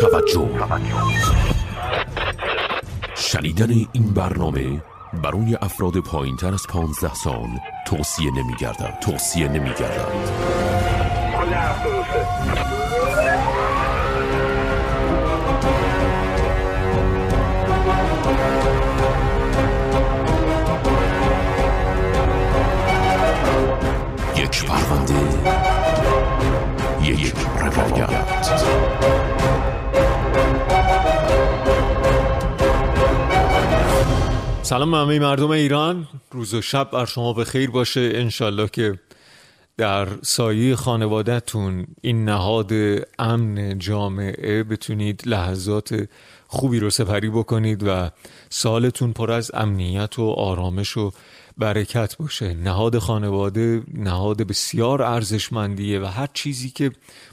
توجه شنیدن این برنامه برای افراد پایین تر از 15 سال توصیه نمی گردن. توصیه نمی گردن. یک پرونده یک روایت سلام همه مردم ایران روز و شب بر شما به خیر باشه انشالله که در سایه خانوادهتون این نهاد امن جامعه بتونید لحظات خوبی رو سپری بکنید و سالتون پر از امنیت و آرامش و برکت باشه نهاد خانواده نهاد بسیار ارزشمندیه و هر چیزی که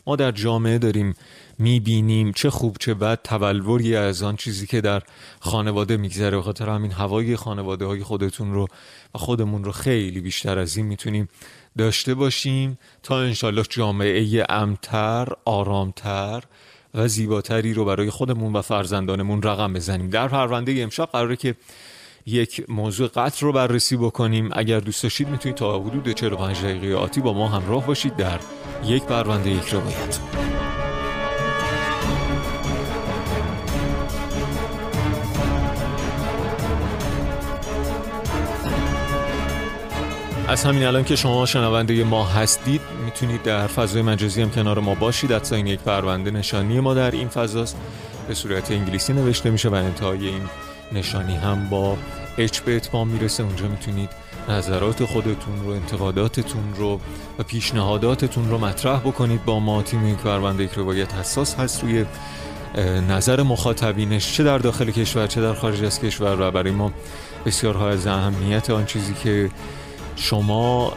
ما در جامعه داریم میبینیم چه خوب چه بد تبلوری از آن چیزی که در خانواده میگذره به خاطر همین هوای خانواده های خودتون رو و خودمون رو خیلی بیشتر از این میتونیم داشته باشیم تا انشالله جامعه امتر آرامتر و زیباتری رو برای خودمون و فرزندانمون رقم بزنیم در پرونده امشب قراره که یک موضوع قطر رو بررسی بکنیم اگر دوست داشتید میتونید تا حدود 45 دقیقه آتی با ما همراه باشید در یک پرونده یک روایت از همین الان که شما شنونده ما هستید میتونید در فضای مجازی هم کنار ما باشید اتساین یک پرونده نشانی ما در این فضاست به صورت انگلیسی نوشته میشه و انتهای این نشانی هم با اچ به اتمام میرسه اونجا میتونید نظرات خودتون رو انتقاداتتون رو و پیشنهاداتتون رو مطرح بکنید با ما تیم یک پرونده یک روایت حساس هست روی نظر مخاطبینش چه در داخل کشور چه در خارج از کشور و برای ما بسیار از اهمیت آن چیزی که شما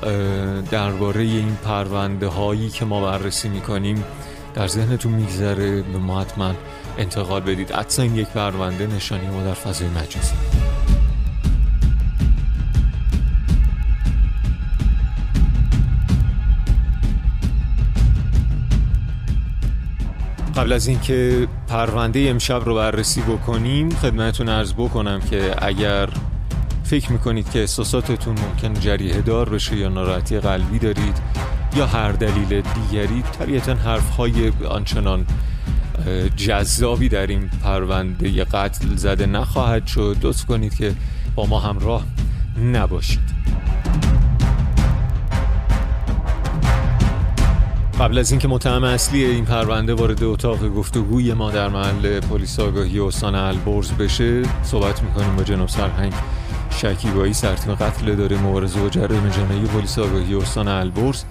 درباره این پرونده هایی که ما بررسی میکنیم در ذهنتون میگذره به ما حتما انتقال بدید اصلا یک پرونده نشانی ما در فضای مجازی قبل از اینکه پرونده امشب رو بررسی بکنیم خدمتتون عرض بکنم که اگر فکر میکنید که احساساتتون ممکن جریه دار بشه یا ناراحتی قلبی دارید یا هر دلیل دیگری طبیعتا حرف های آنچنان جذابی در این پرونده قتل زده نخواهد شد دوست کنید که با ما همراه نباشید قبل از اینکه متهم اصلی این پرونده وارد اتاق گفتگوی ما در محل پلیس آگاهی استان البرز بشه صحبت میکنیم با جناب سرهنگ شکیبایی سرتیم قتل داره مبارزه با جرایم جنایی پلیس آگاهی استان البرز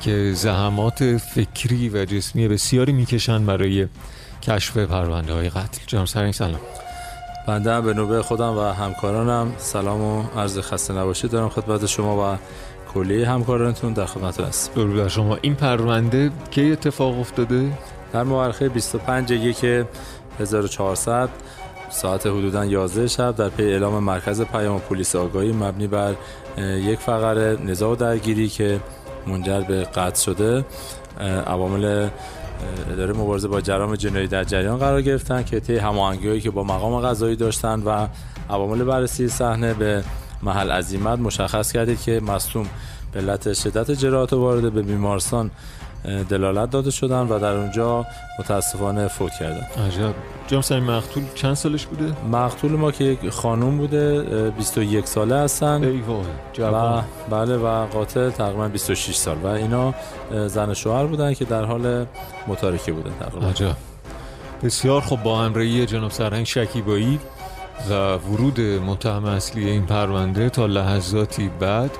که زحمات فکری و جسمی بسیاری میکشن برای کشف پرونده های قتل جناب سرهنگ سلام بنده به نوبه خودم و همکارانم سلام و عرض خسته نباشید دارم خدمت شما و کلیه همکارانتون در خدمت هست درود بر شما این پرونده کی اتفاق افتاده در مورخه 25 یک 1400 ساعت حدودا 11 شب در پی اعلام مرکز پیام پلیس آگاهی مبنی بر یک فقره نزاع و درگیری که منجر به قطع شده عوامل اداره مبارزه با جرام جنایی در جریان قرار گرفتن که طی هماهنگی‌هایی که با مقام قضایی داشتن و عوامل بررسی صحنه به محل عزیمت مشخص کردید که مصوم به علت شدت جراحات وارده به بیمارستان دلالت داده شدن و در اونجا متاسفانه فوت کردن عجب جمس مقتول چند سالش بوده؟ مقتول ما که یک خانوم بوده 21 ساله هستن ای و بله و قاتل تقریبا 26 سال و اینا زن شوهر بودن که در حال متارکه بودن تقریبا عجب بسیار خب با همراهی جناب سرهنگ شکیبایی و ورود متهم اصلی این پرونده تا لحظاتی بعد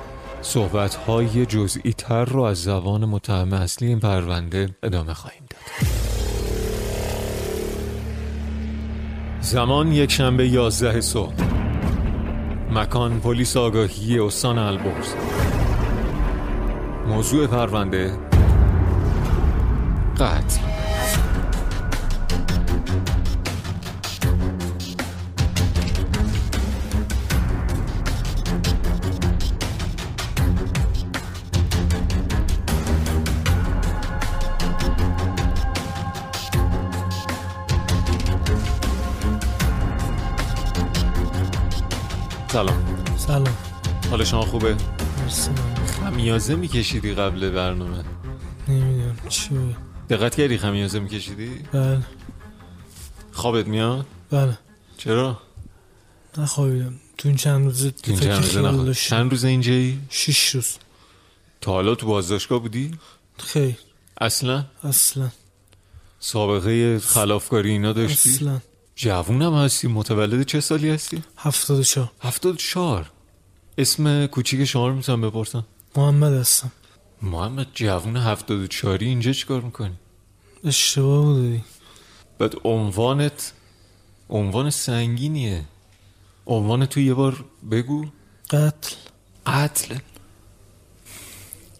صحبت های جزئی تر رو از زبان متهم اصلی این پرونده ادامه خواهیم داد زمان یک شنبه یازده صبح مکان پلیس آگاهی استان البرز موضوع پرونده قتل سلام سلام حال شما خوبه؟ مرسی خمیازه میکشیدی قبل برنامه نمیدونم چی بود دقت کردی خمیازه میکشیدی؟ بله خوابت میاد؟ بله چرا؟ نخوابیدم تو این چند روز تو این چند روزه نخواب- چند روز اینجایی؟ شیش روز تا حالا تو بازداشتگاه بودی؟ خیر اصلا؟ اصلا سابقه خلافکاری اینا داشتی؟ اصلا جوونم هستی متولد چه سالی هستی؟ هفتاد و چهار هفتاد چهار اسم کوچیک شما رو میتونم بپرسم محمد هستم محمد جوون هفتاد و چهاری اینجا چیکار میکنی؟ اشتباه بودی بعد عنوانت عنوان سنگینیه عنوان تو یه بار بگو قتل قتل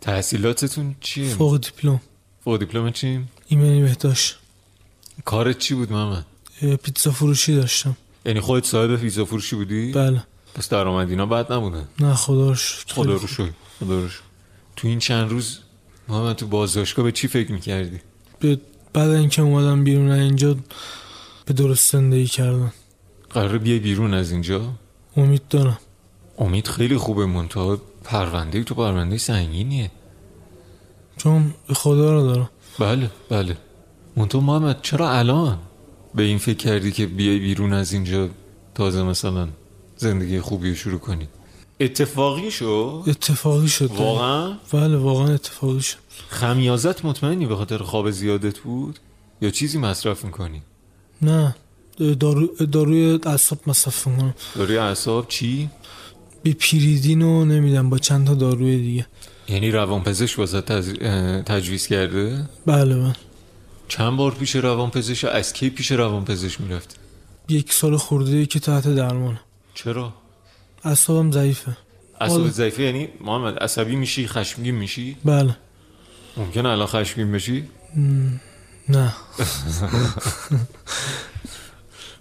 تحصیلاتتون چیه؟ فوق, فوق دیپلم دیپلم چی؟ ایمنی بهداشت کارت چی بود محمد؟ اه، پیتزا فروشی داشتم یعنی خودت صاحب پیتزا فروشی بودی؟ بله پس درآمد اینا بد نبوده نه خدا رو شکر. خدا رو شکر، خدا رو شکر. تو این چند روز محمد تو بازداشتگاه به چی فکر میکردی؟ به- بعد اینکه اومدم بیرون از اینجا به درست زندگی کردم قرار بیای بیرون از اینجا؟ امید دارم امید خیلی خوبه منتها پرونده تو پرونده سنگینیه چون به خدا رو دارم بله بله منتها محمد چرا الان به این فکر کردی که بیای بیرون از اینجا تازه مثلا زندگی خوبی رو شروع کنی اتفاقی شو اتفاقی شد واقعا بله واقعا اتفاقی شد خمیازت مطمئنی به خاطر خواب زیادت بود یا چیزی مصرف میکنی نه دارو داروی اعصاب مصرف میکنم داری اعصاب چی بی پیریدین رو نمیدم با چند تا داروی دیگه یعنی روانپزشک واسه تجویز کرده بله من چند بار پیش روانپزشک از کی پیش روانپزشک میرفتی یک سال خورده ای که تحت درمانم چرا اعصابم ضعیفه عصب حالا. ضعیفه یعنی محمد عصبی میشی خشمگین میشی بله ممکنه الان خشمگین بشی نه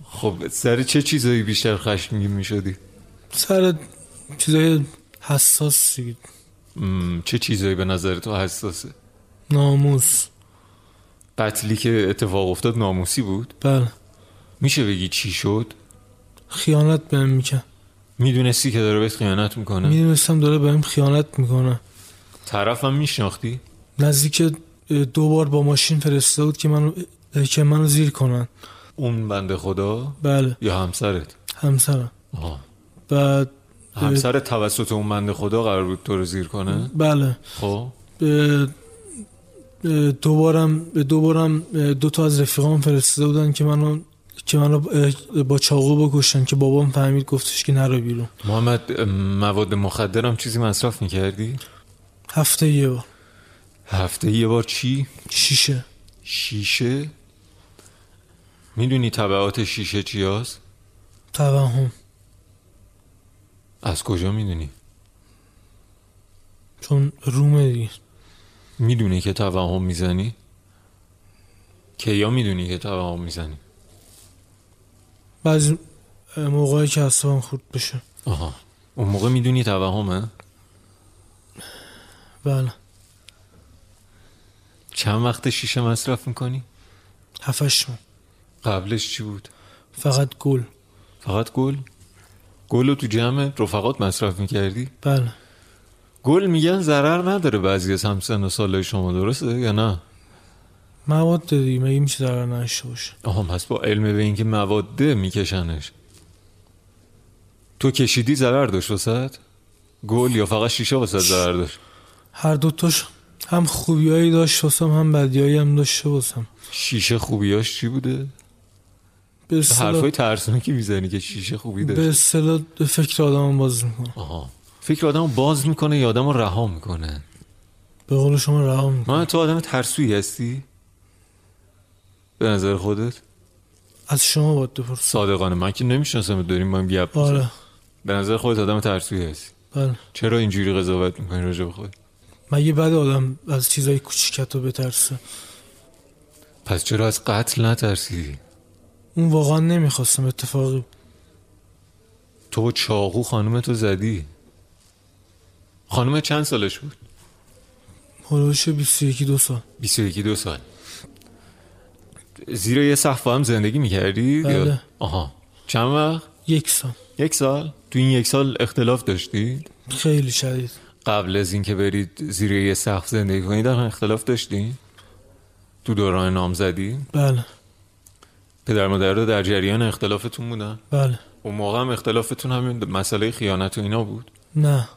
خب سر چه چیزایی بیشتر خشمگین میشدی سر چیزای حساس دیگه. مم، چه چیزایی به نظر تو حساسه ناموس قتلی که اتفاق افتاد ناموسی بود بله میشه بگی چی شد خیانت بهم میکن میدونستی که داره بهت خیانت میکنه میدونستم داره بهم خیانت میکنه طرفم میشناختی نزدیک اه، دو بار با ماشین فرستاده بود که منو اه، که منو زیر کنن اون بنده خدا بله یا همسرت همسرم آها. بعد همسرت توسط اون بنده خدا قرار بود تو رو زیر کنه بله خب اه، اه، دوبارم دوبارم اه، دو تا از رفیقام فرستاده بودن که منو که منو اه، با چاقو بکشن که بابام فهمید گفتش که نرو بیرون محمد ام، مواد مخدرم چیزی مصرف میکردی هفته یه بار هفته یه بار چی شیشه شیشه میدونی طبعات شیشه چی هست؟ توهم از کجا میدونی؟ چون رومه دیگه میدونی که توهم میزنی؟ کیا میدونی که توهم میزنی؟ بعضی اه، موقعی که اصابم خورد بشه آها اون موقع میدونی توهمه؟ بله چند وقت شیشه مصرف میکنی؟ هفتش ماه قبلش چی بود؟ فقط گل فقط گل؟ گل رو تو جمع رفقات مصرف میکردی؟ بله گل میگن ضرر نداره بعضی از همسن و سالهای شما درسته یا نه؟ مواد دیگه مگه میشه ضرر نداشته باشه آها پس با علم به اینکه مواده میکشنش تو کشیدی ضرر داشت واسد؟ گل یا فقط شیشه واسد ضرر داشت هر دوتاش هم خوبیایی داشت واسم هم بدیایی هم داشته واسم شیشه خوبیاش چی بوده؟ به اصطلاح- حرفای ترسناکی میزنی که شیشه خوبی به داشت اصطلاح فکر آدم باز میکنه آها فکر آدم باز میکنه یا آدم رها میکنه به قول شما رها میکنه من تو آدم ترسویی هستی؟ به نظر خودت؟ از شما باید بپرس صادقانه من که نمیشناسم داریم با هم گپ می‌زنیم. آره به نظر خودت آدم ترسویی هستی بله چرا اینجوری قضاوت میکنی راجع به خودت؟ مگه بعد آدم از چیزای کوچیکت رو بترسه پس چرا از قتل نترسیدی؟ اون واقعا نمیخواستم اتفاقی بود. تو با چاقو خانم تو زدی خانم چند سالش بود؟ هلوش 21 دو سال 21 دو سال زیرا یه سقف با هم زندگی میکردی؟ بله. آها چند وقت؟ یک سال یک سال؟ تو این یک سال اختلاف داشتی؟ خیلی شدید قبل از اینکه برید زیر یه سقف زندگی کنید در اختلاف داشتی؟ تو دوران نامزدی؟ بله پدر مادر رو در جریان اختلافتون بودن؟ بله اون موقع هم اختلافتون همین مسئله خیانت و اینا بود؟ نه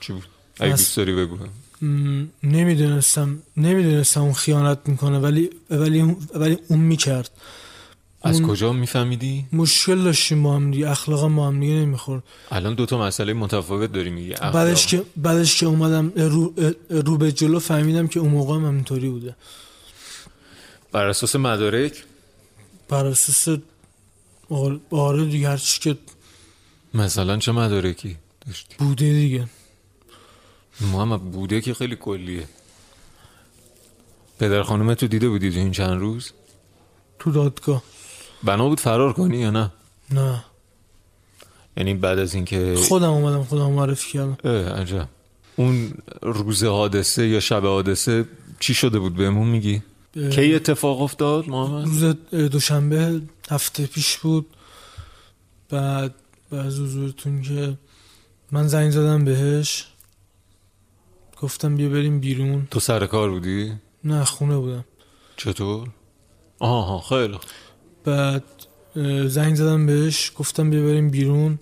چی بود؟ اگه مس- دوست داری بگو م، نمیدونستم نمیدونستم اون خیانت میکنه ولی ولی اون- ولی اون میکرد از اون- کجا میفهمیدی؟ مشکل داشتیم با هم دیگه اخلاق ما هم دیگه نمیخورد الان دوتا مسئله متفاوت داری میگی اخلاق. بعدش که بعدش که اومدم رو, رو به جلو فهمیدم که اون موقع هم همینطوری بوده بر اساس مدارک بر اساس آر- آره دیگه هرچی که مثلا چه مدارکی داشتی؟ بوده دیگه محمد بوده که خیلی کلیه پدر خانم تو دیده بودی تو این چند روز؟ تو دادگاه بنا بود فرار کنی یا نه؟ نه یعنی بعد از اینکه خودم اومدم خودم معرفی کردم اه، عجب اون روز حادثه یا شب حادثه چی شده بود بهمون میگی؟ اه، کی اتفاق افتاد محمد؟ روز دوشنبه هفته پیش بود بعد بعد از حضورتون که من زنگ زدم بهش گفتم بیا بریم بیرون تو سر کار بودی؟ نه خونه بودم چطور؟ آها خیلی خوب. بعد اه، زنگ زدم بهش گفتم بیا بریم بیرون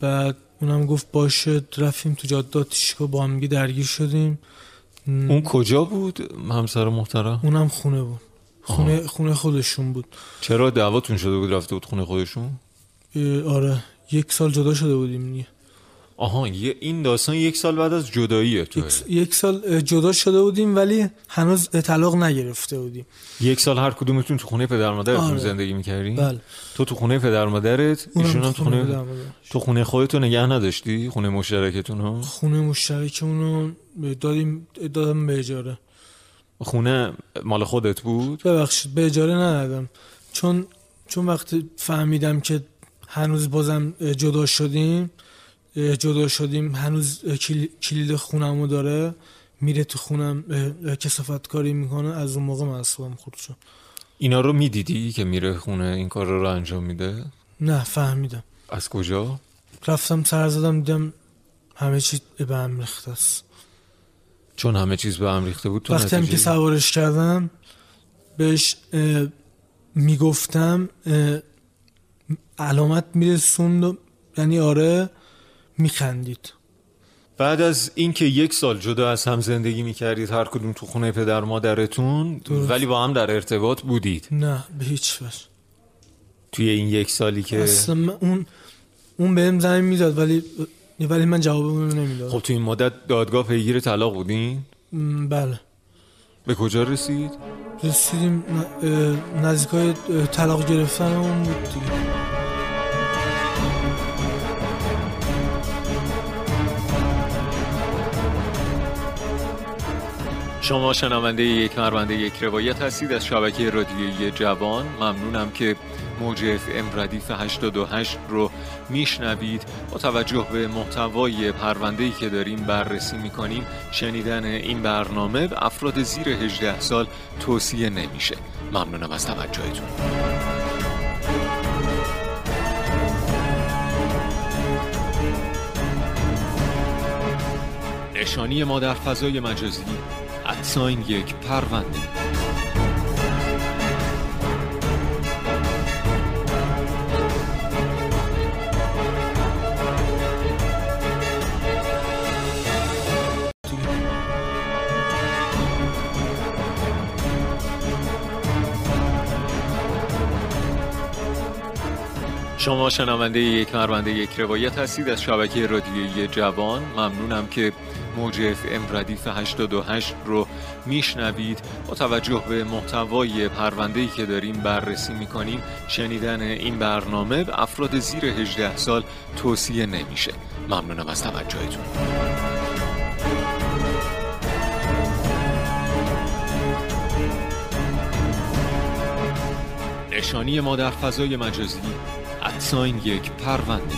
بعد اونم گفت باشه رفتیم تو جاده آتیشکا با هم دیگه درگیر شدیم م، اون کجا بود همسر محترم؟ اونم خونه بود خونه خونه خودشون بود چرا دعواتون شده بود رفته بود خونه خودشون؟ اه، آره یک سال جدا شده بودیم دیگه آها یه این داستان یک سال بعد از جدایی تو یک, س- یک سال اه، جدا شده بودیم ولی هنوز طلاق نگرفته بودیم یک سال هر کدومتون تو خونه پدر مادرتون آره. زندگی میکردین؟ بله تو تو خونه پدر مادرت ایشون هم تو خونه بودم، آره. تو خونه خودتو نگه نداشتی خونه مشترکتون رو خونه مشترکمون رو دادیم دادم به اجاره خونه مال خودت بود ببخشید به اجاره ندادم چون چون وقتی فهمیدم که هنوز بازم اه، جدا شدیم اه، جدا شدیم هنوز اه، کلی- کلید خونمو داره میره تو خونم اه، اه، کسافت کاری میکنه از اون موقع من اعصابم خورد شد اینا رو میدیدی که میره خونه این کار رو انجام میده نه فهمیدم از کجا رفتم سر زدم دیدم همه چی به هم ریخته است چون همه چیز به هم ریخته بود تو وقتی هم نتیجه- که سوارش کردم بهش اه، میگفتم اه، علامت میرسوند و- یعنی آره میخندید بعد از اینکه یک سال جدا از هم زندگی میکردید هر کدوم تو خونه پدر مادرتون درست. ولی با هم در ارتباط بودید نه به هیچ وجه توی این یک سالی که اصلا من- اون اون بهم زنگ میداد ولی ولی من جواب اون رو نمیدادم خب تو این مدت دادگاه پیگیر طلاق بودین م، بله به کجا رسید رسیدیم ن- اه، نزدیک های اه، طلاق گرفتن اون بود دیگه شما شنونده یک پرونده یک روایت هستید از شبکه رادیویی جوان ممنونم که موج اف ام ردیف 828 رو میشنوید با توجه به محتوای پرونده‌ای که داریم بررسی میکنیم شنیدن این برنامه به افراد زیر 18 سال توصیه نمیشه ممنونم از توجهتون نشانی ما در فضای مجازی ادساین یک پرونده شما شنونده یک پرونده یک روایت هستید از شبکه رادیویی جوان ممنونم که موج اف ام ردیف 828 رو میشنوید با توجه به محتوای پرونده‌ای که داریم بررسی میکنیم شنیدن این برنامه به افراد زیر 18 سال توصیه نمیشه ممنونم از توجهتون نشانی ما در فضای مجازی ادساین یک پرونده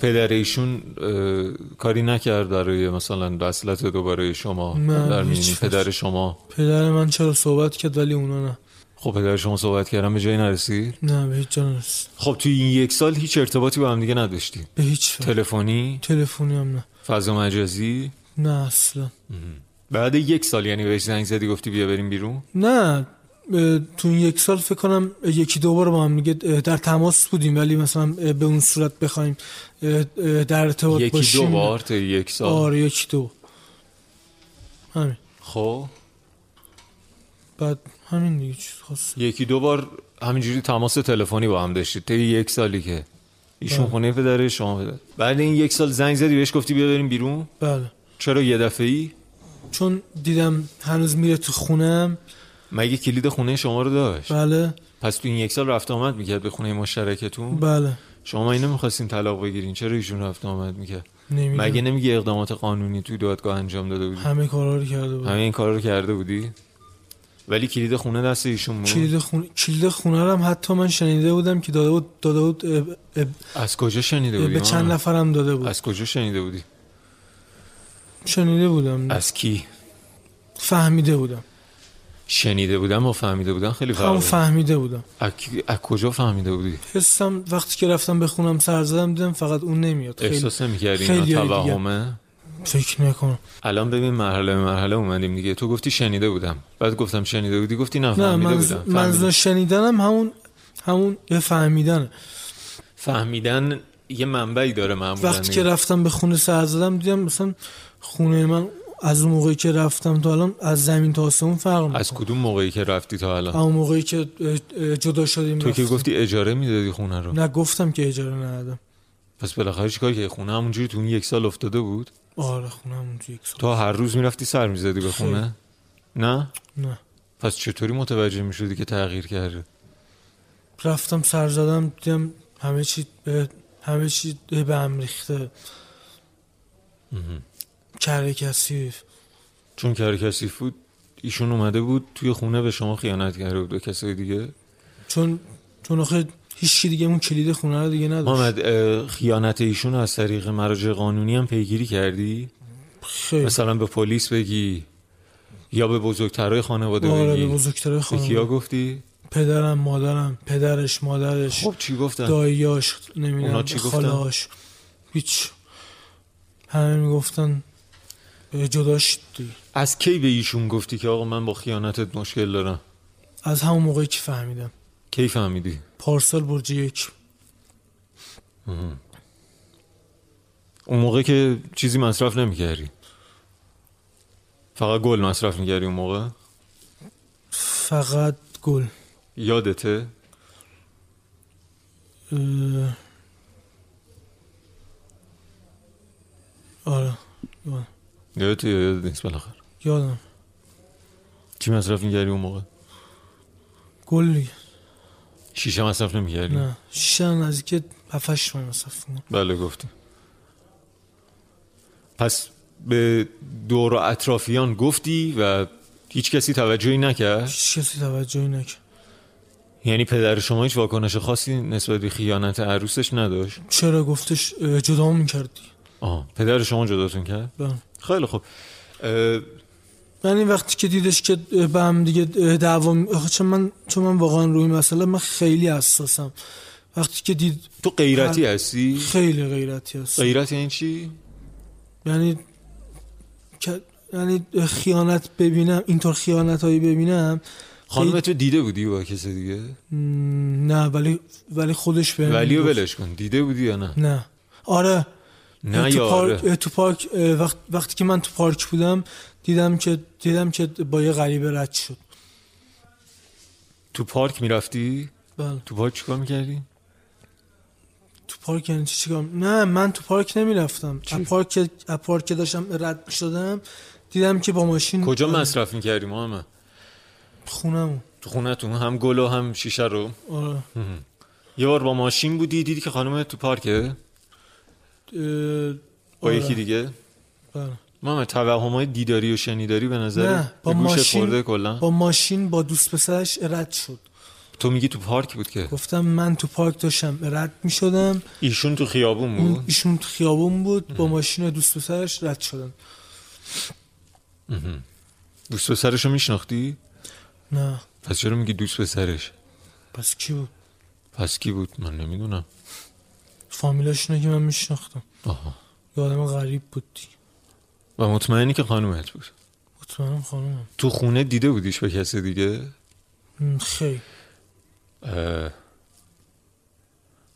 پدر ایشون اه، کاری نکرد برای مثلا وصلت دوباره شما نه، در هیچ میونین چیز. پدر شما پدر من چرا صحبت کرد ولی اونا نه خب پدر شما صحبت کردن به جایی نرسید نه به هیچ جا نرسید. خب توی این یک سال هیچ ارتباطی با هم دیگه نداشتید به هیچ وجه. تلفنی تلفنی هم نه فضا مجازی نه اصلا بعد یک سال یعنی بهش زنگ زدی گفتی بیا بریم بیرون نه اه، تو این یک سال فکر کنم اه، یکی دو بار با هم دیگه اه، در تماس بودیم ولی مثلا اه، به اون صورت بخوایم اه، اه، در ارتباط یکی باشیم دو نه. بار تا یک سال خب، آره یکی دو همین خب بعد همین دیگه چیز خاص یکی دو بار همینجوری تماس تلفنی با هم داشتید طی یک سالی که ایشون بله. خونه پدره شما پدر بعد این یک سال زنگ زدی بهش گفتی بیا بریم بیرون بله چرا یه دفعه ای چون دیدم هنوز میره تو خونم مگه کلید خونه شما رو داشت بله پس تو این یک سال رفت آمد میکرد به خونه مشترکتون بله شما اینو میخواستین طلاق بگیرین چرا ایشون رفت آمد میکرد نمیدونم مگه نمیگه اقدامات قانونی توی دادگاه انجام داده بودی همه کارا رو کرده بود همه این کار رو کرده بودی ولی کلید خونه دست ایشون بود کلید خونه کلید خونه رو هم حتی من شنیده بودم که داده بود داده بود اه، اه، از کجا شنیده اه، بودی به چند محمد؟ نفرم داده بود از کجا شنیده بودی شنیده بودم از کی فهمیده بودم شنیده بودم و فهمیده بودم خیلی فرق هم داره. فهمیده بودم از کی- از کجا فهمیده بودی حسم وقتی که رفتم به خونم سر زدم دیدم فقط اون نمیاد خیلی احساس نمی‌کردی اینا خیلی دیگه. توهمه فکر نکنم الان ببین مرحله به مرحله اومدیم دیگه تو گفتی شنیده بودم بعد گفتم شنیده بودی گفتی نه نه فهمیده منظ... بودم منظور فهمیده. شنیدنم همون همون یعنی- فهمیدنه فهمیدن یه منبعی داره معمولا وقتی که دیگه. رفتم به خونه سر زدم دیدم مثلا خونه من از اون موقعی که رفتم تا الان از زمین تا آسمون فرق میکنه از کدوم موقعی که رفتی تا الان همون موقعی که اه، اه، جدا شدیم تو که رفتیم. گفتی اجاره میدادی خونه رو نه گفتم که اجاره ندادم پس بالاخره چیکار که خونه همونجوری تو اون یک سال افتاده بود آره خونم تو یک سال تو هر روز میرفتی سر میزدی به خونه نه نه پس چطوری متوجه میشدی که تغییر کرده رفتم سر زدم دیدم همه چی به همه چی به هم ریخته کره کثیف چون که هر کسی بود ایشون اومده بود توی خونه به شما خیانت کرده بود و کسای دیگه چون چون آخه هیچ کی دیگه اون کلید خونه رو دیگه نداشت محمد اه، خیانت ایشون رو از طریق مراجع قانونی هم پیگیری کردی خیلی مثلا به پلیس بگی یا به بزرگترهای خانواده آره به بگی بزرگتره به کیا خانم گفتی پدرم مادرم پدرش مادرش خب چی گفتن داییاش اونا نمیدونم چی گفتن؟ خالاش هیچ همه میگفتن اه، جداش دیگه. از کی به ایشون گفتی که آقا من با خیانتت مشکل دارم از همون موقعی که فهمیدم کی فهمیدی پارسال برج یک اون موقع که چیزی مصرف نمیکردی فقط گل مصرف میکردی اون موقع فقط گل یادته اه، آره یادم. یادته یا یادت نیست بالاخره یادم چی مصرف میکردی اون موقع گل دیگه. شیشه مصرف نمیکردی نه شیشه از که هفتش من مصرف کنم بله گفتی پس به دور و اطرافیان گفتی و هیچ کسی توجهی نکرد هیچ کسی توجهی نکرد یعنی پدر شما هیچ واکنش خاصی نسبت به خیانت عروسش نداشت چرا گفتش اه، جدا میکردی آه پدر شما جداتون کرد خیلی خب اه، من این بله. یعنی وقتی که دیدش که اه، به هم دیگه اه، دعوا می- آخه چون من چون من واقعا روی این مسئله من خیلی حساسم وقتی که دید تو غیرتی هستی خیلی غیرتی هست غیرت یعنی چی یعنی که- یعنی خیانت ببینم اینطور خیانت هایی ببینم خانم تو دیده بودی با کس دیگه م، نه ولی ولی خودش به ولی رو ولش کن دیده بودی یا نه نه آره نه تو یا پارک, آره. اه، تو پارک اه، وقت، وقتی که من تو پارک بودم دیدم که دیدم که با یه غریبه رد شد تو پارک میرفتی بله تو پارک چیکار میکردی تو پارک یعنی چی چیکار نه من تو پارک نمیرفتم از پارک از پارک که داشتم رد شدم دیدم که با ماشین کجا مصرف میکردی محمد خونم تو خونتون هم گل و هم شیشه رو آره یه بار با ماشین بودی دیدی که خانم تو پارکه اه، با آره، یکی دیگه بله. ما توهم های دیداری و شنیداری به نظر نه با گوشت خورده ماشین کلا با ماشین با دوست پسرش رد شد تو میگی تو پارک بود که گفتم من تو پارک داشتم رد می شدم ایشون تو خیابون بود ایشون تو خیابون بود با ماشین دوست و سرش رد شدم دوست پسرش رو میشناختی نه پس چرا میگی دوست پسرش پس کی بود پس کی بود من نمیدونم فامیلاشونو که من میشناختم آها یه آدم غریب بود دیگه و مطمئنی که خانومت بود مطمئنم خانومم تو خونه دیده بودیش به کسی دیگه م، خیلی اه.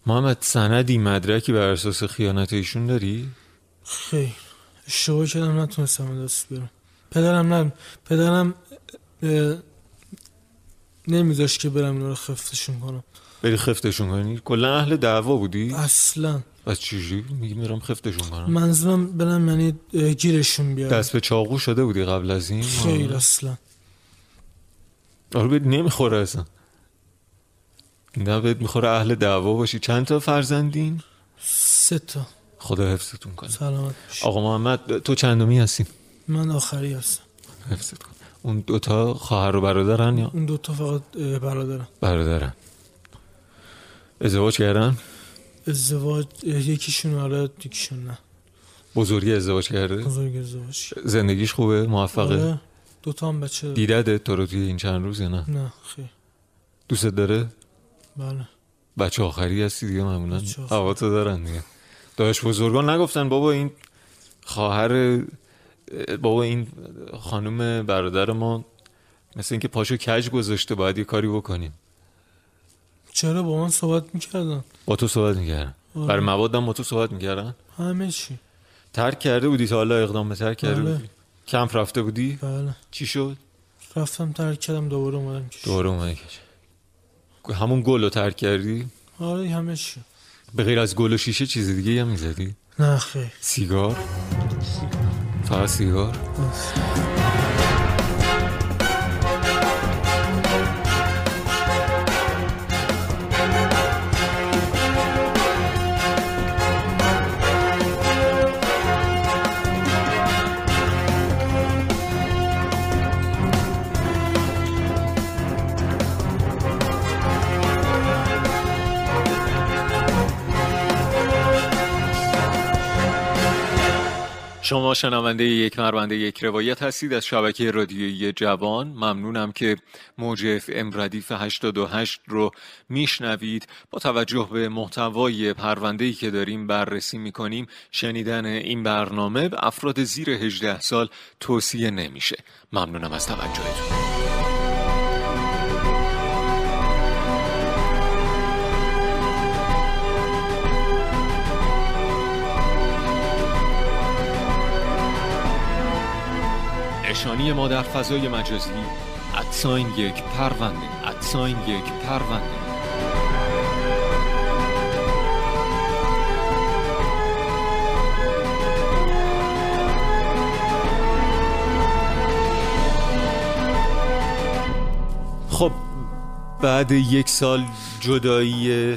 محمد سندی مدرکی بر اساس خیانت ایشون داری؟ خیلی اشتباه کردم نتونستم به دست بیارم پدرم نه پدرم نمیذاش که برم اینا رو خفتشون کنم بری خفتشون کنی؟ کلا اهل دعوا بودی؟ اصلا از چجوری میگی میرم خفتشون کنم؟ منظورم برم یعنی اه، گیرشون بیارم دست به چاقو شده بودی قبل از این؟ خیلی اصلا آره بهت نمیخوره اصلا نه بهت میخوره اهل دعوا باشی چند تا فرزندین؟ سه تا خدا حفظتون کنه سلامت باشی. آقا محمد تو چندمی هستی؟ من آخری هستم حفظت کن اون دوتا خواهر و برادرن یا اون دوتا فقط اه، برادرم برادرن ازدواج کردن؟ ازدواج اه، یکیشون آره یکیشون نه بزرگی ازدواج کرده؟ بزرگ ازدواج زندگیش خوبه موفقه آره دوتا هم بچه دارم. دیدده تو رو توی این چند روز یا نه نه خیلی دوست داره بله بچه آخری هستی دیگه معمولا بچه آخری. هوا تو دارن دیگه داداش بزرگان نگفتن بابا این خواهر بابا این خانم برادر ما مثل اینکه پاشو کج گذاشته باید یه کاری بکنیم چرا با من صحبت میکردن با تو صحبت میکردن آره. برای موادم با تو صحبت میکردن همه چی ترک کرده بودی تا حالا اقدام به ترک کرده بله. بودی کمپ رفته بودی بله چی شد رفتم ترک کردم دوباره اومدم کش دوباره اومدی کج. همون گل رو ترک کردی آره همه چی به غیر از گل و شیشه چیز دیگه هم میزدی نه خیلی سیگار فقط سیگار شما شنونده یک مربنده یک روایت هستید از شبکه رادیویی جوان ممنونم که موج اف ام ردیف 828 رو میشنوید با توجه به محتوای پرونده‌ای که داریم بررسی میکنیم شنیدن این برنامه به افراد زیر 18 سال توصیه نمیشه ممنونم از توجهتون نشانی ما در فضای مجازی ادساین یک پرونده ادساین یک پرونده خب بعد یک سال جدایی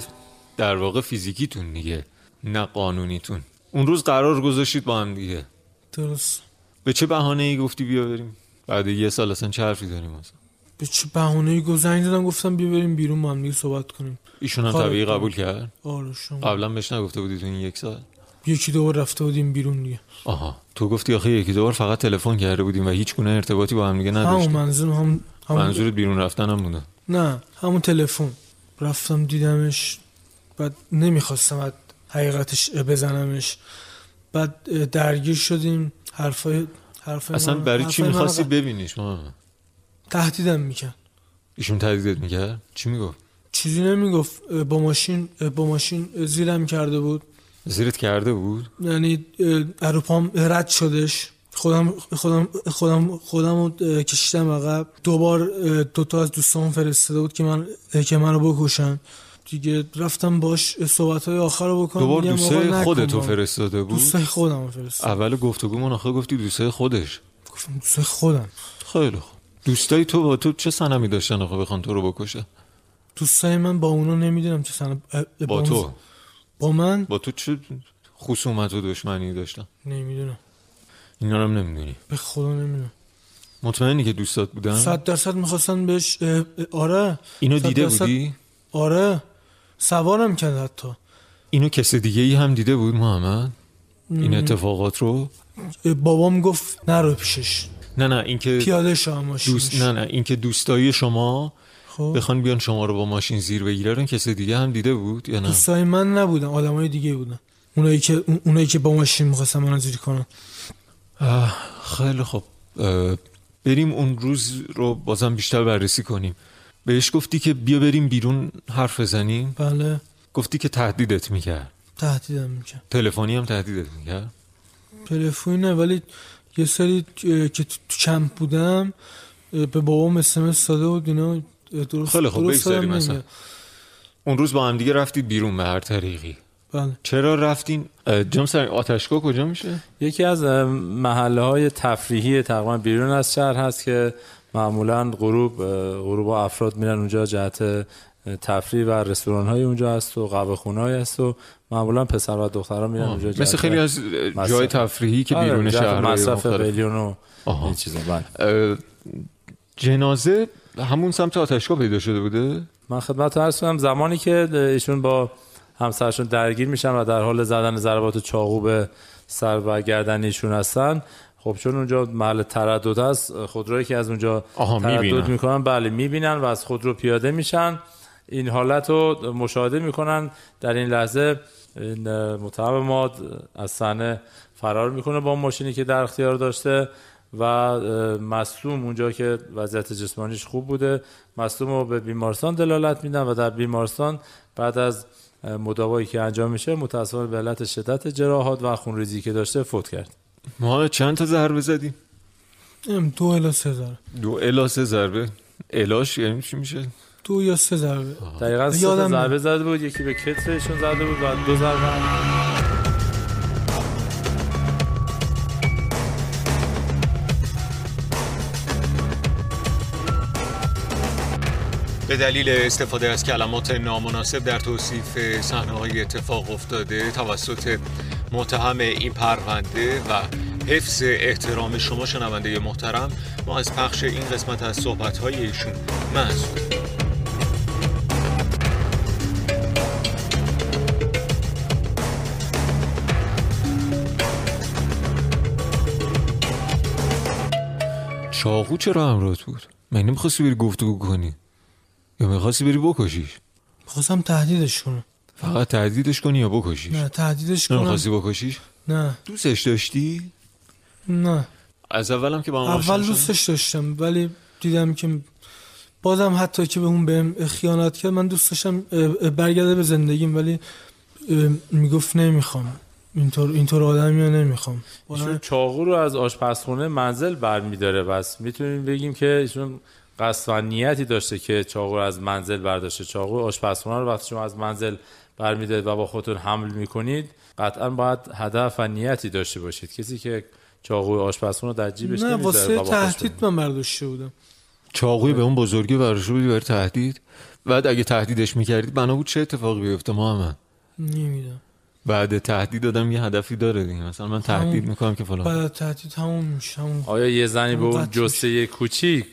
در واقع فیزیکیتون دیگه نه قانونیتون اون روز قرار گذاشتید با هم دیگه درست به چه بهانه ای گفتی بیا بریم بعد یه سال اصلا چه حرفی داریم اصلا به چه بهونه ای گذنگ دادم گفتم بیا بریم بیرون با هم دیگه صحبت کنیم ایشون هم کار طبیعی کنم. قبول کرد آره شما قبلا بهش نگفته بودی تو این یک سال یکی دوبار رفته بودیم بیرون دیگه آها تو گفتی آخه یکی دو بار فقط تلفن کرده بودیم و هیچ گونه ارتباطی با هم دیگه همون نداشتیم منظور هم همون منظورت بیرون رفتن هم بوده نه همون تلفن رفتم دیدمش بعد نمیخواستم از حقیقتش بزنمش بعد اه، درگیر شدیم حرفای حرفای اصلا من- برای چی حرفای من میخواستی رو ببینیش ما تهدیدم میکن ایشون تهدیدت میکرد چی میگفت چیزی نمیگفت اه، با ماشین اه، با ماشین اه، زیرم کرده بود زیرت کرده بود یعنی اه، اروپام رد شدش خودم خودم خودم خودم رو کشیدم عقب دوبار اه، دوتا از دوستان فرستاده بود که من اه، که من رو بکشن دیگه رفتم باش صحبت های آخر رو بکنم دوبار میگم آقا دوسته نکن خودتو با من. فرستاده بود دوستای خودم رو فرستادم اول گفتگومون آخه گفتی دوسته خودش گفتم دوستای خودم خیلی خوب دوستای تو با تو چه سنمی داشتن آخه بخوان تو رو بکشه دوستای من با اونا نمیدونم چه سن با تو با من با تو چه خصومت و دشمنی داشتم نمیدونم اینا رو هم نمیدونی به خدا نمیدونم مطمئنی که دوستات بودن صد درصد میخواستن بهش اه، اه، آره اینو صد دیده درصد- بودی آره سوارم کرد حتی اینو کس دیگه ای هم دیده بود محمد این اتفاقات رو اه، بابام گفت نرو پیشش نه نه اینکه پیاده شو هم ماشینش. دوست نه نه اینکه دوستایی شما خب بخوان بیان شما رو با ماشین زیر بگیرن کس دیگه هم دیده بود یا نه دوستای من نبودن آدمای دیگه بودن اونایی که اون- اونایی که با ماشین میخواستن منو زیر کنن آه، خیلی خب اه، بریم اون روز رو بازم بیشتر بررسی کنیم بهش گفتی که بیا بریم بیرون حرف بزنیم بله گفتی که تهدیدت میکرد تهدیدم میکرد تلفنی هم تهدیدت میکرد تلفنی نه ولی یه سری اه، که تو تو کمپ بودم اه، به بابام اسمس داده بود اینا اه، درست خیلی خب، درست بگذاریم یادم اصلا. نمیاد. اون روز با هم دیگه رفتید بیرون به هر طریقی بله چرا رفتین اه، جام سر آتشگاه کجا میشه یکی از محله های تفریحی تقریبا بیرون از شهر هست که معمولا غروب اه، غروب و افراد میرن اونجا جهت اه، تفریح و رستوران های اونجا هست و قهوه خونه هست و معمولا پسر و دختران میرن اونجا جهت مثل خیلی از اه، جای مصرف. تفریحی که آره، بیرون جهت شهر مصرف مختلف. قلیون و آها. این چیزا بله. اه، جنازه همون سمت آتشگاه پیدا شده بوده من خدمت عرض کنم زمانی که ایشون با همسرشون درگیر میشن و در حال زدن ضربات چاقو به سر و گردن ایشون هستن خب چون اونجا محل تردد هست خودرویی که از اونجا آها، تردد می‌بینن. میکنن بله میبینن و از خودرو پیاده میشن این حالت رو مشاهده میکنن در این لحظه این متهم ما از صحنه فرار میکنه با اون ماشینی که در اختیار داشته و اه، مصدوم اونجا که وضعیت جسمانیش خوب بوده مصدوم رو به بیمارستان دلالت میدن و در بیمارستان بعد از اه، مداوایی که انجام میشه متاسفانه به علت شدت جراحات و خونریزی که داشته فوت کرد ما چند تا ضربه زدیم ام، دو الا سه ضرب دو الا سه ضربه الاش یعنی چی میشه دو یا سه ضربه دقیقا سه یادم تا میاد. ضربه زده بود یکی به کتفشون زده بود و دو ضربه هم به دلیل استفاده از کلمات نامناسب در توصیف صحنه های اتفاق افتاده توسط متهم این پرونده و حفظ احترام شما شنونده محترم ما از پخش این قسمت از صحبت های ایشون معذور چاقو چرا همراهت بود؟ من نمیخواستی بری گفتگو کنی یا میخواستی بری بکشیش میخواستم تهدیدش کنم فقط تهدیدش کنی یا بکشیش نه تهدیدش کنم نمیخواستی بکشیش نه دوستش داشتی نه از اولم که با هم آشنا اول شدم. دوستش داشتم ولی دیدم که بازم حتی که به اون بهم خیانت کرد من دوست داشتم اه، اه، برگرده به زندگیم ولی اه، میگفت نمیخوام اینطور اینطور آدمی رو نمیخوام ایشون چاقو رو از آشپزخونه منزل برمیداره بس میتونیم بگیم که ایشون قصد و نیتی داشته که چاقو رو از منزل برداشته چاقو آشپزخونه رو وقتی شما از منزل برمیدارید و با خودتون حمل میکنید قطعا باید هدف و نیتی داشته باشید کسی که چاقو آشپزخونه رو در جیبش نه نمیذاره واسه و با خودش تهدید من برداشته بودم چاقوی به اون بزرگی براش بودی برای تهدید بعد اگه تهدیدش میکردید بنا بود چه اتفاقی بیفته محمد نمیدم بعد تهدید دادم یه هدفی داره دیگه مثلا من تهدید میکنم که فلان بعد از تهدید همون میشه همون آیا یه زنی به اون قطع جسه کوچیک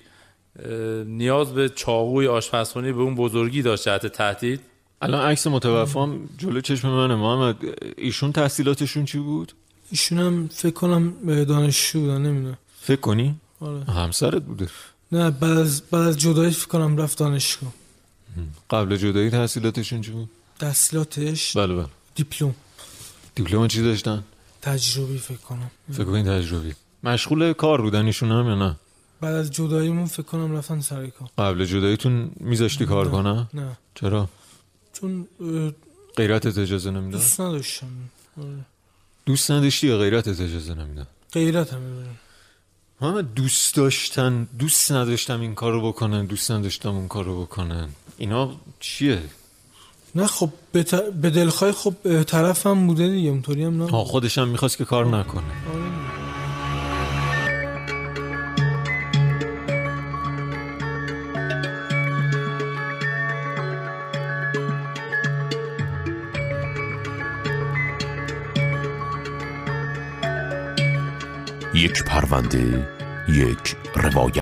اه، نیاز به چاقوی آشپزخونه به اون بزرگی داشت جهت تهدید الان عکس متوفام جلو چشم منه محمد ایشون تحصیلاتشون چی بود ایشونم فکر کنم اه، دانشجو بودن نمیدونم فکر کنی آره. همسرت بوده نه بعد از بعد از جدایی فکر کنم رفت دانشگاه قبل جدایی تحصیلاتشون چی بود تحصیلاتش بله بله دیپلم دیپلم چی داشتن تجربی فکر کنم فکر کنین تجربی مشغول کار بودن ایشون هم یا نه بعد از جداییمون فکر کنم رفتن سر کار قبل جداییتون میذاشتی کار کنه نه چرا چون اه، غیرتت اجازه نمیداد دوست نداشتم آره. دوست نداشتی یا غیرتت اجازه نمیداد غیرت هم می‌برم. محمد دوست داشتن دوست نداشتم این کارو بکنن دوست نداشتم اون کارو بکنن اینا چیه نه خب به, ت... به دلخواه خب اه، طرفم بوده دیگه اونطوری هم نه ها خودش هم میخواست که کار نکنه آره. یک پرونده یک روایت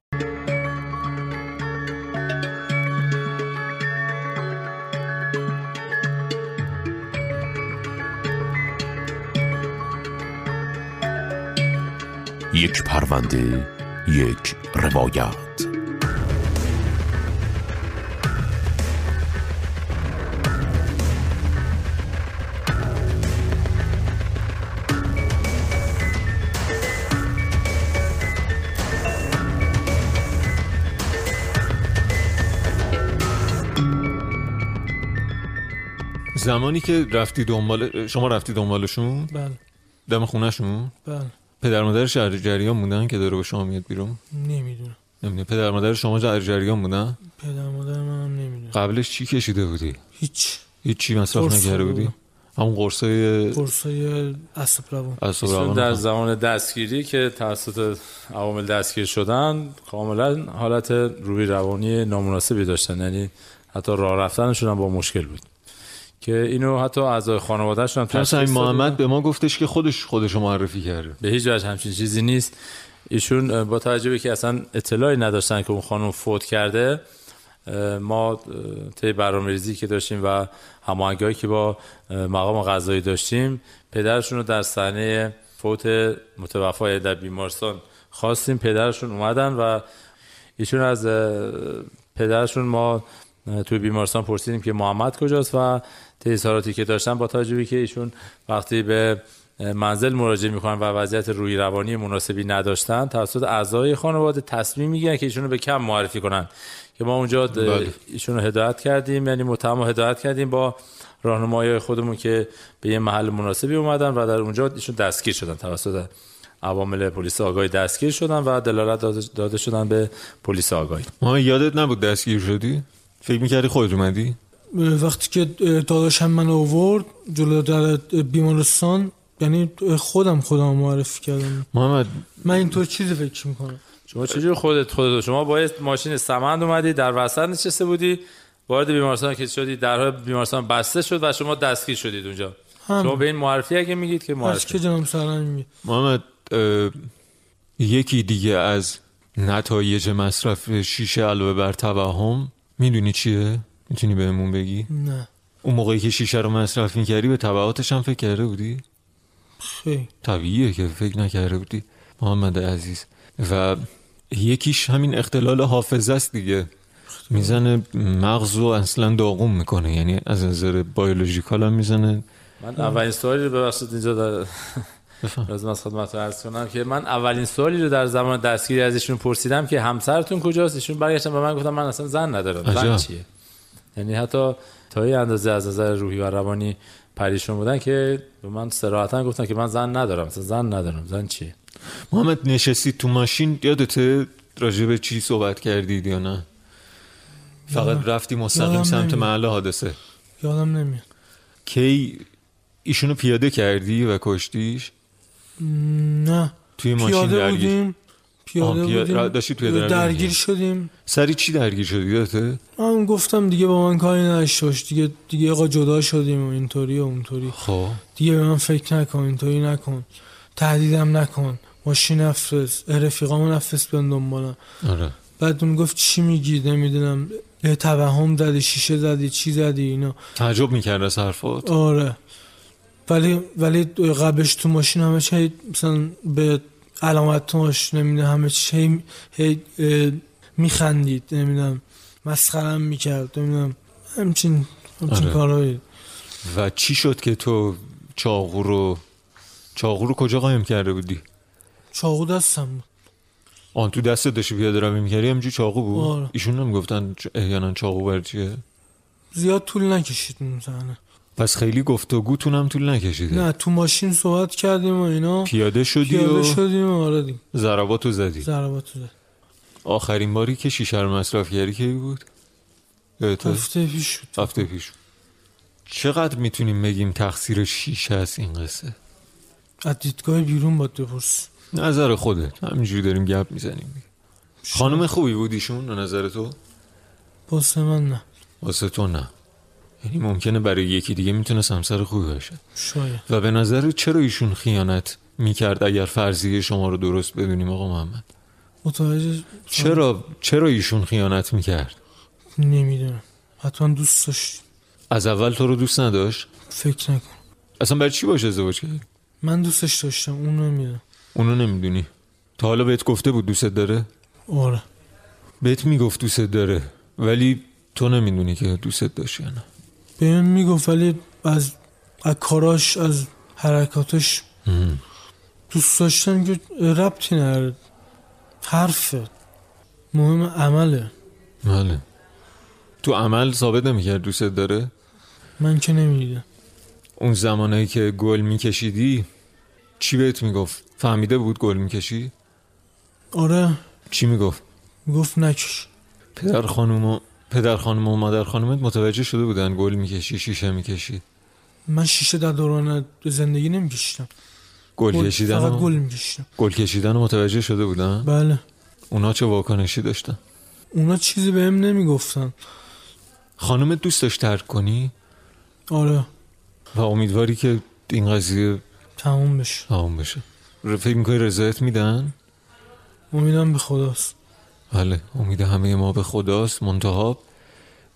یک پرونده یک روایت زمانی که رفتی دنبال شما رفتی دنبالشون بله دم خونهشون بله پدر مادر شهر جریان بودن که داره به شما میاد بیرون نمیدونم نمیدونه پدر مادر شما در جریان بودن پدر مادر منم نمیدونم قبلش چی کشیده بودی هیچ هیچی مصرف قرص نکرده بودی بودم. هم قرصای قرصای اصل روان اعصاب ایشون روان در خورد. زمان دستگیری که توسط عوامل دستگیر شدن کاملا حالت روی روانی نامناسبی داشتن یعنی حتی راه رفتنشون هم با مشکل بود که اینو حتی اعضای خانوادهشون هم مثلا تشخیص این داده محمد به ما گفتش که خودش خودشو معرفی کرده به هیچ وجه همچین چیزی نیست ایشون اه، با توجه به که اصلا اطلاعی نداشتن که اون خانم فوت کرده اه، ما اه، طی برنامه‌ریزی که داشتیم و هماهنگی که با اه، مقام قضایی داشتیم پدرشون رو در صحنه فوت متوفای در بیمارستان خواستیم پدرشون اومدن و ایشون از اه، پدرشون ما اه، توی بیمارستان پرسیدیم که محمد کجاست و طی اظهاراتی که داشتن با توجه به که ایشون وقتی به اه، منزل مراجعه میکنن و وضعیت روی روانی مناسبی نداشتن توسط اعضای خانواده تصمیم میگیرن که ایشون رو به کم معرفی کنن که ما اونجا د- بله. ایشون رو هدایت کردیم یعنی متهم رو هدایت کردیم با راهنمایی خودمون که به یه محل مناسبی اومدن و در اونجا ایشون دستگیر شدن توسط عوامل پلیس آگاهی دستگیر شدن و دلالت داده- داده شدن به پلیس آگاهی ما یادت نبود دستگیر شدی فکر میکردی خودت اومدی وقتی که داداشم من آورد جلو در بیمارستان یعنی خودم خودم معرفی کردم محمد من اینطور چیزی فکر میکنم شما چجور خودت خودت شما با یه ماشین سمند اومدی در وسط نشسته بودی وارد بیمارستان که شدی درهای بیمارستان بسته شد و شما دستگیر شدید اونجا هم. شما به این معرفی اگه میگید که از که معرفی جناب سرم میگه محمد اه، یکی دیگه از نتایج مصرف شیشه علاوه بر توهم میدونی چیه میتونی بهمون بگی نه اون موقعی که شیشه رو مصرف میکردی به تبعاتش هم فکر کرده بودی خیلی طبیعیه که فکر نکرده بودی محمد عزیز و یکیش همین اختلال حافظه است دیگه میزنه مغز رو اصلا داغوم میکنه یعنی از نظر بیولوژیکال هم میزنه من اولین سوالی رو ببخشید اینجا در لازم از خدمت عرض کنم که من اولین سوالی رو در زمان دستگیری از ایشون پرسیدم که همسرتون کجاست ایشون برگشتن به من گفتن من اصلا زن ندارم زن عجب. چیه یعنی حتی تا یه اندازه از نظر روحی و روانی پریشون بودن که به من صراحتا گفتن که من زن ندارم اصلا زن ندارم زن چیه محمد نشستی تو ماشین یادته راجع به چی صحبت کردید یا نه فقط رفتی مستقیم یادم سمت نمیاد. محل حادثه یادم نمیاد کی ایشونو پیاده کردی و کشتیش نه توی ماشین پیاده درگیر بودیم پیاده آه، پیا- بودیم را- داشتی توی درگیر درگیر می‌بودی. شدیم سری چی درگیر شدی یادته من گفتم دیگه با من کاری نداشت باش. دیگه دیگه آقا جدا شدیم و اینطوری و اونطوری خب دیگه به من فکر نکن اینطوری نکن تهدیدم نکن ماشین نفرست رفیقامو نفرست بیان دنبالم آره بعد اون گفت چی میگی نمیدونم یه توهم زدی شیشه زدی چی زدی اینا تعجب میکرد از حرفات آره ولی ولی قبلش تو ماشین همه چی مثلا به علامت تو ماشین نمیده همه چی هی میخندید نمیدونم مسخرم میکرد نمیدونم همچین همچین آره. کارهایی و چی شد که تو چاقو رو چاقو رو کجا قایم کرده بودی چاقو دستم بود. آن تو دست داشتی پیاده روی میکردی همینجوری چاقو بود آره. ایشون هم گفتن چ- احیانا چاقو بر چیه زیاد طول نکشید اون صحنه پس خیلی گفتگوتون هم طول نکشیده نه تو ماشین صحبت کردیم و اینا پیاده شدی پیاده و شدیم و آره دیگه ضرباتو زدی ضربات زد آخرین باری که شیشه رو مصرف کردی کی بود یادته؟ هفته پیش بود هفته پیش چقدر میتونیم بگیم تقصیر شیشه است این قصه از دیدگاه بیرون باید بپرسی نظر خودت همینجوری داریم گپ میزنیم خانم خوبی بود ایشون به نظر تو باس من نه واسه تو نه یعنی ممکنه برای یکی دیگه میتونه همسر خوبی باشه شاید و به نظر چرا ایشون خیانت میکرد اگر فرضیه شما رو درست بدونیم آقا محمد متوجه چرا چرا ایشون خیانت میکرد نمیدونم حتما دوست داشت از اول تو رو دوست نداشت فکر نکن اصلا برای چی باش ازدواج کرد من دوستش داشتم اون نمیدونم اونو نمیدونی تا حالا بهت گفته بود دوستت داره آره بهت میگفت دوستت داره ولی تو نمیدونی که دوستت داشت یا نه به من میگفت ولی از از کاراش از حرکاتش دوست داشتن که ربطی نداره حرفه مهم عمله بله تو عمل ثابت نمیکرد دوستت داره من که نمیدیدم اون زمانایی که گل میکشیدی چی بهت میگفت فهمیده بود گل میکشی آره چی میگفت گفت نکش پدر خانم و پدر خانم و مادر خانمت متوجه شده بودن گل میکشی شیشه میکشی من شیشه در دوران زندگی نمیکشتم گل گل- کشیدن فقط و- گل میکشتم گل کشیدن رو متوجه شده بودن بله اونا چه واکنشی داشتن اونا چیزی بهم نمیگفتن خانمت دوست داشت ترک کنی آره و امیدواری که این قضیه تموم بشه تمام بشه ر- فکر میکنی رضایت میدن امیدم به خداست بله امید همه ما به خداست منتها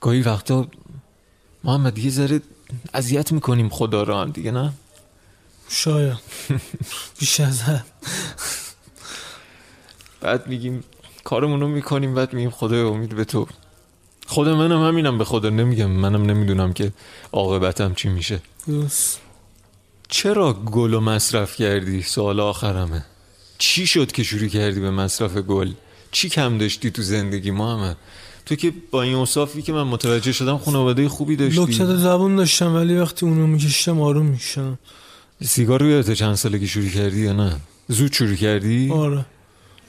گاهی وقتا محمد یه ذره اذیت میکنیم خدا را هم دیگه نه شاید بیش از حد بعد میگیم کارمون رو میکنیم بعد میگیم خدای امید به تو خود منم همینم به خدا نمیگم منم نمیدونم که عاقبتم چی میشه درست. چرا گل رو مصرف کردی سوال آخرمه چی شد که شروع کردی به مصرف گل چی کم داشتی تو زندگی محمد تو که با این اوصافی که من متوجه شدم خانواده خوبی لکت داشتی زبون داشتم ولی وقتی اونو میکشتم آروم میشم سیگار رو یادته چند سالگی شروع کردی یا نه زود شروع کردی آره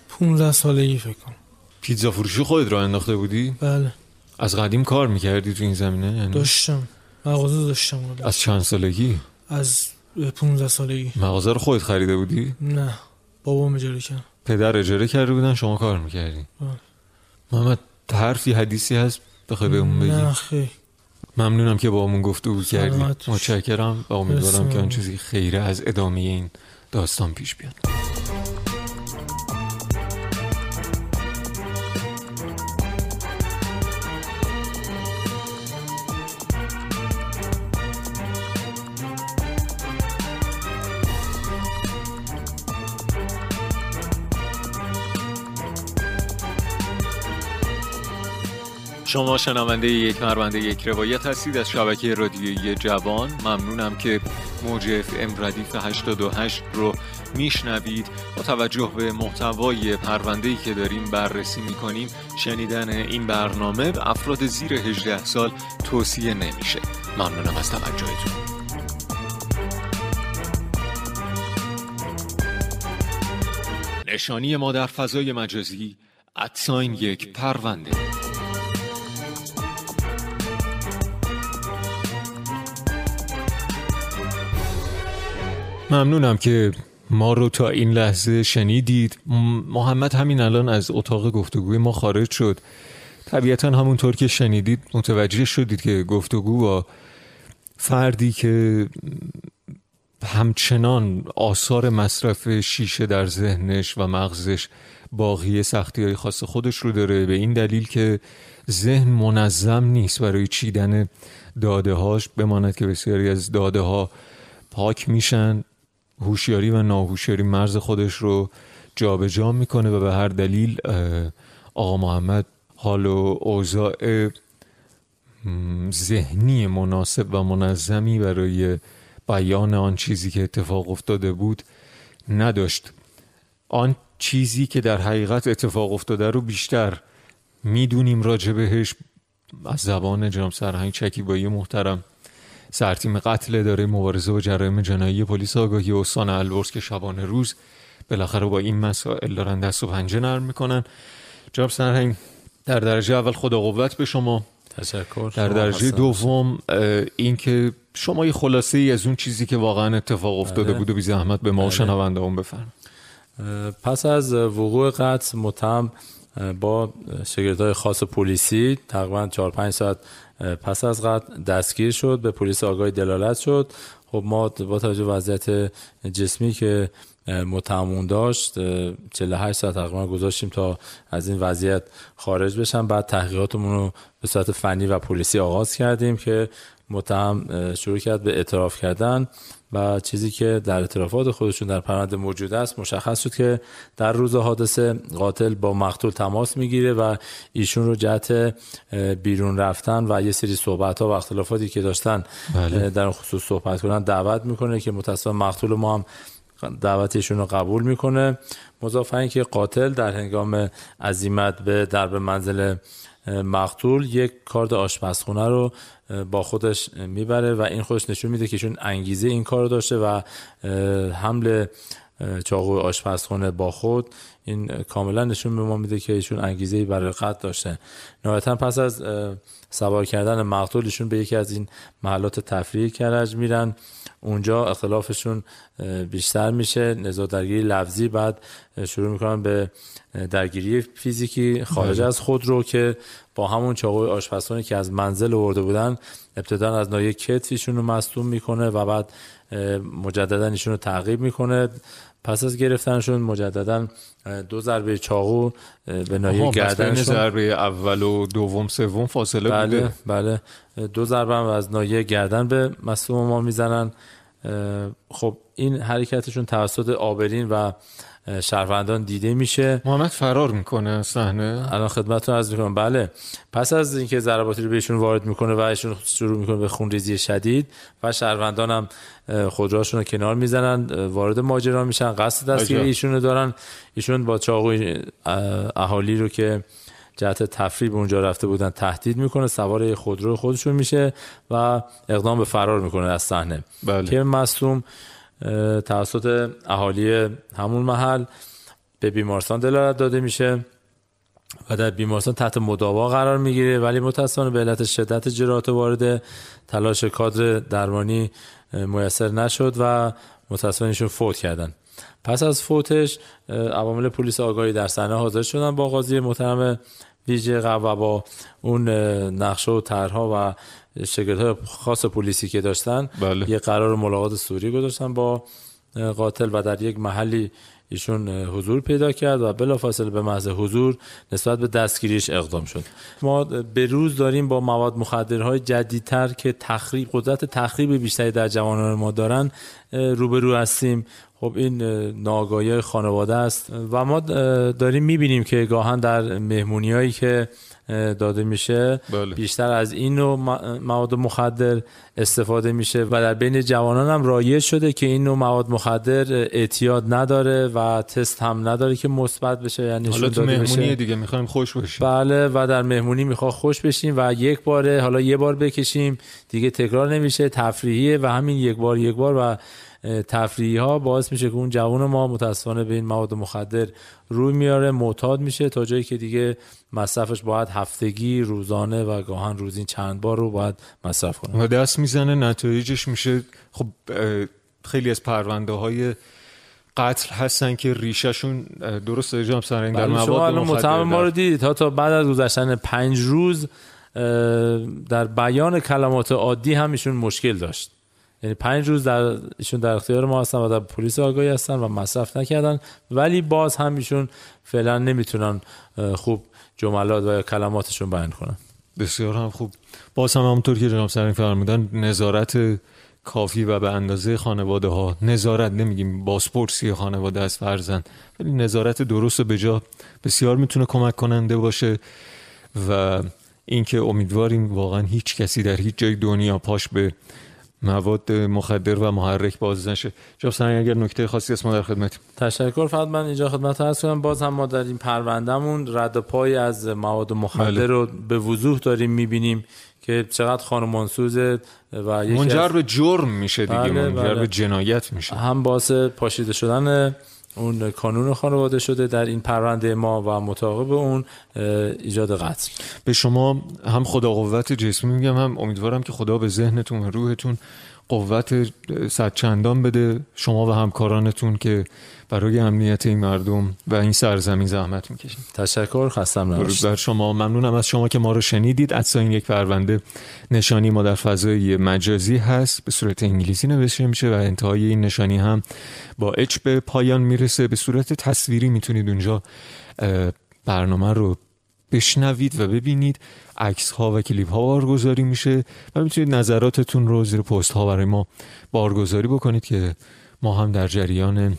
15 سالگی فکر کنم پیتزا فروشی خودت را انداخته بودی بله از قدیم کار میکردی تو این زمینه یعنی داشتم مغازه داشتم آره. از چند سالگی از 15 سالگی مغازه رو خودت خریده بودی نه بابام اجاره کرد پدر اجاره کرده بودن شما کار میکردی آه. محمد حرفی حدیثی هست بخوای به اون بگی نه خیلی ممنونم که با همون گفتگو کردی سلامت باش. متشکرم و امیدوارم مرسی. که آن چیزی خیره از ادامه این داستان پیش بیاد شما شنونده یک مربنده یک روایت هستید از شبکه رادیویی جوان ممنونم که موج ام ردیف 88 رو میشنوید با توجه به محتوای پرونده‌ای که داریم بررسی میکنیم شنیدن این برنامه به افراد زیر 18 سال توصیه نمیشه ممنونم از توجهتون نشانی ما در فضای مجازی ادساین یک پرونده ممنونم که ما رو تا این لحظه شنیدید م- محمد همین الان از اتاق گفتگوی ما خارج شد طبیعتا همونطور که شنیدید متوجه شدید که گفتگو با فردی که همچنان آثار مصرف شیشه در ذهنش و مغزش باقی سختی های خاص خودش رو داره به این دلیل که ذهن منظم نیست برای چیدن داده هاش بماند که بسیاری از داده ها پاک میشن هوشیاری و ناهوشیاری مرز خودش رو جابجا میکنه و به هر دلیل اه، آقا محمد حال و اوضاع م، ذهنی مناسب و منظمی برای بیان آن چیزی که اتفاق افتاده بود نداشت آن چیزی که در حقیقت اتفاق افتاده رو بیشتر میدونیم راجع بهش از زبان جناب سرهنگ چکیبایی محترم سرتیم قتل داره مبارزه با جرایم جنایی پلیس آگاهی استان البرز که شبانه روز بالاخره با این مسائل دارن دست و پنجه نرم میکنن جناب سرهنگ در درجه اول خدا قوت به شما تشکر در شما درجه خسته دوم اه، این که شما یه خلاصه ای از اون چیزی که واقعا اتفاق افتاده بله. بود و بی زحمت به ما و شنونده اون بفرم پس از وقوع قتل متهم با شگردهای خاص پلیسی تقریبا 4 5 ساعت پس از قتل دستگیر شد به پلیس آگاهی دلالت شد خب ما با توجه وضعیت جسمی که متهمون داشت 48 ساعت تقریبا گذاشتیم تا از این وضعیت خارج بشن بعد تحقیقاتمون رو به صورت فنی و پلیسی آغاز کردیم که متهم شروع کرد به اعتراف کردن و چیزی که در اعترافات خودشون در پرونده موجود است مشخص شد که در روز حادثه قاتل با مقتول تماس میگیره و ایشون رو جهت بیرون رفتن و یه سری صحبت ها و اختلافاتی که داشتن بله. در خصوص صحبت کنن دعوت میکنه که متاسفانه مقتول ما هم دعوتشون رو قبول میکنه مضاف که قاتل در هنگام عزیمت به درب منزل مقتول یک کارد آشپزخونه رو با خودش میبره و این خودش نشون میده که ایشون انگیزه این کار رو داشته و حمل چاقو آشپزخونه با خود این کاملا نشون به ما میده که ایشون انگیزه برای قتل داشته نهایتا پس از سوار کردن مقتول ایشون به یکی از این محلات تفریح کرج میرن اونجا اختلافشون بیشتر میشه نزاع درگیری لفظی بعد شروع میکنن به درگیری فیزیکی خارج از خود رو که با همون چاقوی آشپزخونه که از منزل آورده بودن ابتدا از نایه کتفیشون رو مصدوم میکنه و بعد مجددا ایشون رو تعقیب میکنه پس از گرفتنشون مجددا دو ضربه چاقو به نایه گردنشون ضربه اول و دوم سوم فاصله بله بوده بله دو ضربه هم از نایه گردن به مصدوم ما میزنن خب این حرکتشون توسط آبرین و شهروندان دیده میشه محمد فرار میکنه صحنه الان خدمتتون عرض میکنم بله پس از اینکه ضرباتی رو بهشون وارد میکنه و ایشون شروع میکنه به خونریزی شدید و شهروندان هم خودروهاشون رو کنار میزنن وارد ماجرا میشن قصد دستگیری ایشون رو دارن ایشون با چاقوی اهالی رو که جهت تفریح به اونجا رفته بودن تهدید میکنه سوار خودرو خودشون میشه و اقدام به فرار میکنه از صحنه بله. که مصوم توسط اهالی همون محل به بیمارستان دلالت داده میشه و در بیمارستان تحت مداوا قرار میگیره ولی متاسفانه به علت شدت جراحات وارد تلاش کادر درمانی میسر نشد و متاسفانه ایشون فوت کردن پس از فوتش عوامل پلیس آگاهی در صحنه حاضر شدن با قاضی محترم ویژه و با اون نقشه و طرحها و شگرد های خاص پلیسی که داشتن بله. یه قرار ملاقات سوری گذاشتن با قاتل و در یک محلی ایشون حضور پیدا کرد و بلافاصله به محض حضور نسبت به دستگیریش اقدام شد ما به روز داریم با مواد مخدرهای جدیدتر که تخریب قدرت تخریب بیشتری در جوانان ما دارن روبرو هستیم خب این ناگاهی خانواده است و ما داریم میبینیم که گاهن در مهمونی هایی که داده میشه بله. بیشتر از این نوع مواد مخدر استفاده میشه و در بین جوانان هم رایج شده که این نوع مواد مخدر اعتیاد نداره و تست هم نداره که مثبت بشه یعنی حالا نشون تو داده مهمونی بشه دیگه میخوایم خوش باشیم بله و در مهمونی میخواد خوش بشیم و یک باره حالا یه بار بکشیم دیگه تکرار نمیشه تفریحیه و همین یک بار یک بار و تفریحی ها باعث میشه که اون جوان ما متاسفانه به این مواد مخدر روی میاره معتاد میشه تا جایی که دیگه مصرفش باید هفتگی روزانه و گاهن روزین چند بار رو باید مصرف کنه و دست میزنه نتایجش میشه خب اه، خیلی از پرونده های قتل هستن که ریشهشون اه، درست جام سرین در بله، مواد شما الان مخدر متهم ما در- رو دیدید تا تا بعد از گذشتن پنج روز اه، در بیان کلمات عادی هم ایشون مشکل داشت یعنی پنج روز در ایشون در اختیار ما هستن و در پلیس آگاهی هستن و مصرف نکردن ولی باز هم ایشون فعلا نمیتونن اه، خوب جملات و یا کلماتشون بیان کنن بسیار هم خوب باز هم همونطور که جناب سرین فرمودن نظارت کافی و به اندازه خانواده ها نظارت نمیگیم بازپرسی خانواده از فرزند ولی نظارت درست و به جا بسیار میتونه کمک کننده باشه و اینکه امیدواریم واقعا هیچ کسی در هیچ جای دنیا پاش به مواد مخدر و محرک باز نشه جناب سرین اگر نکته خاصی هست ما در خدمتیم تشکر فقط من اینجا خدمت هست کنم باز هم ما در این پروندهمون رد پای از مواد بله. مخدر رو به وضوح داریم میبینیم که چقدر خانم منسوز و یکی از- منجر به جرم میشه دیگه بله، منجر بله. به جنایت میشه هم باعث پاشیده شدن اون کانون خانواده شده در این پرونده ما و مطابق اون اه، ایجاد قتل به شما هم خدا قوت جسمی میگم هم امیدوارم که خدا به ذهنتون و روحتون قوت صد چندان بده شما و همکارانتون که برای امنیت این مردم و این سرزمین زحمت میکشید تشکر خستم نباشید بر شما ممنونم از شما که ما رو شنیدید از این یک پرونده نشانی ما در فضای مجازی هست به صورت انگلیسی نوشته میشه و انتهای این نشانی هم با اچ به پایان میرسه به صورت تصویری میتونید اونجا برنامه رو بشنوید و ببینید عکس ها و کلیپ ها بارگذاری میشه و میتونید نظراتتون رو زیر پست ها برای ما بارگذاری بکنید که ما هم در جریان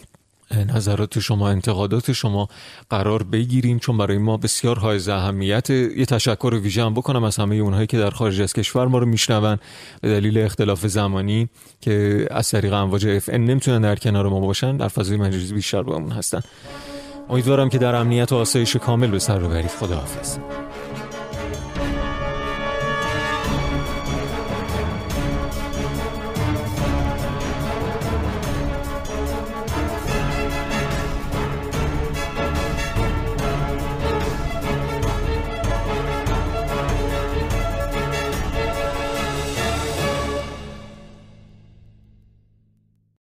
نظرات شما انتقادات شما قرار بگیریم چون برای ما بسیار های اهمیت یه تشکر ویژه هم بکنم از همه اونهایی که در خارج از کشور ما رو میشنون به دلیل اختلاف زمانی که از طریق امواج اف نمیتونن در کنار ما باشن در فضای مجازی بیشتر با هستن امیدوارم که در امنیت و آسایش کامل به سر ببرید خداحافظ